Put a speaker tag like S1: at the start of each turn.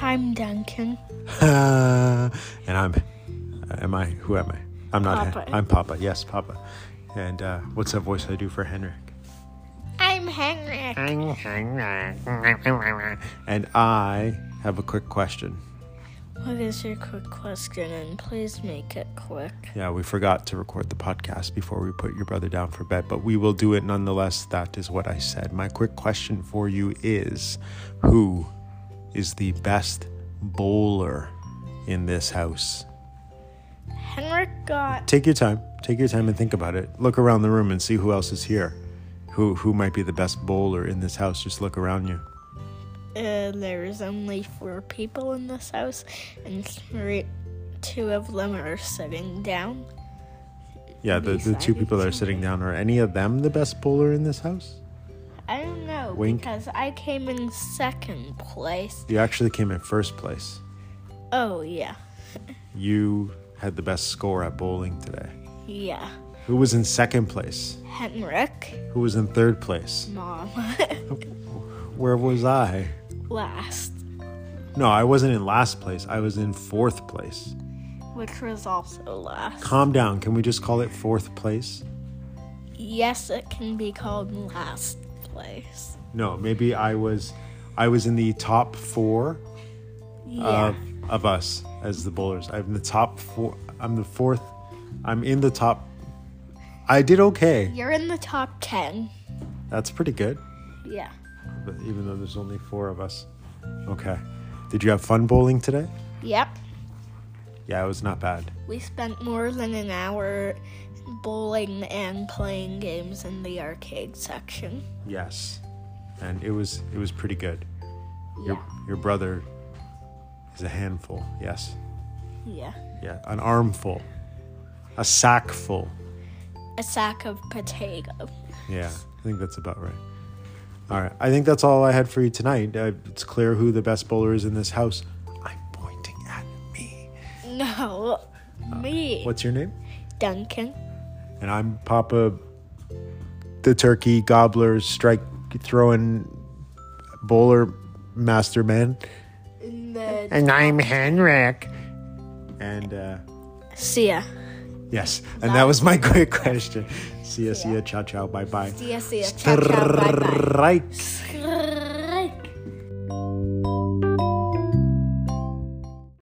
S1: I'm Duncan.
S2: Uh, and I'm, uh, am I? Who am I? I'm not.
S1: Papa.
S2: I'm Papa. Yes, Papa. And uh, what's that voice I do for Henrik?
S1: I'm Henrik.
S2: And I have a quick question.
S1: What is your quick question? And please make it quick.
S2: Yeah, we forgot to record the podcast before we put your brother down for bed, but we will do it nonetheless. That is what I said. My quick question for you is who is the best bowler in this house?
S1: Henrik got
S2: Take your time. Take your time and think about it. Look around the room and see who else is here. Who who might be the best bowler in this house? Just look around you.
S1: Uh, there's only four people in this house, and three, two of them are sitting down.
S2: Yeah, the, the two
S1: Beside
S2: people that are
S1: each
S2: sitting down are any of them the best bowler in this house?
S1: I don't know
S2: Wink.
S1: because I came in second place.
S2: You actually came in first place.
S1: Oh yeah,
S2: You had the best score at bowling today.
S1: yeah.
S2: Who was in second place?
S1: Henrik,
S2: Who was in third place?
S1: mom,
S2: Where was I?
S1: last,
S2: No, I wasn't in last place. I was in fourth place.
S1: which was also last.
S2: Calm down. Can we just call it fourth place?
S1: Yes, it can be called last place.
S2: No, maybe I was I was in the top 4
S1: Yeah.
S2: of of us as the bowlers. I'm the top 4. I'm the fourth. I'm in the top I did okay.
S1: You're in the top 10.
S2: That's pretty good.
S1: Yeah.
S2: But even though there's only 4 of us. Okay. Did you have fun bowling today?
S1: Yep.
S2: Yeah, it was not bad.
S1: We spent more than an hour bowling and playing games in the arcade section.
S2: Yes. And it was it was pretty good. Your
S1: Yeah.
S2: your brother is a handful. Yes.
S1: Yeah.
S2: Yeah, an armful. A sackful.
S1: A sack of potato.
S2: Yeah, I think that's about right. All right, I think that's all I had for you tonight. Uh, it's clear who the best bowler is in this house. I'm pointing at me.
S1: No. Me.
S2: What's your name?
S1: Duncan.
S2: And I'm Papa, the turkey gobbler, strike throwing bowler master man.
S1: In the
S2: And I'm Henrik. And uh,
S1: See ya.
S2: yes, and that was my quick question. See ya, see ya, ciao, ciao, bye, bye.
S1: See ya, see ya. Ciao, ciao, bye, bye.
S2: Strike.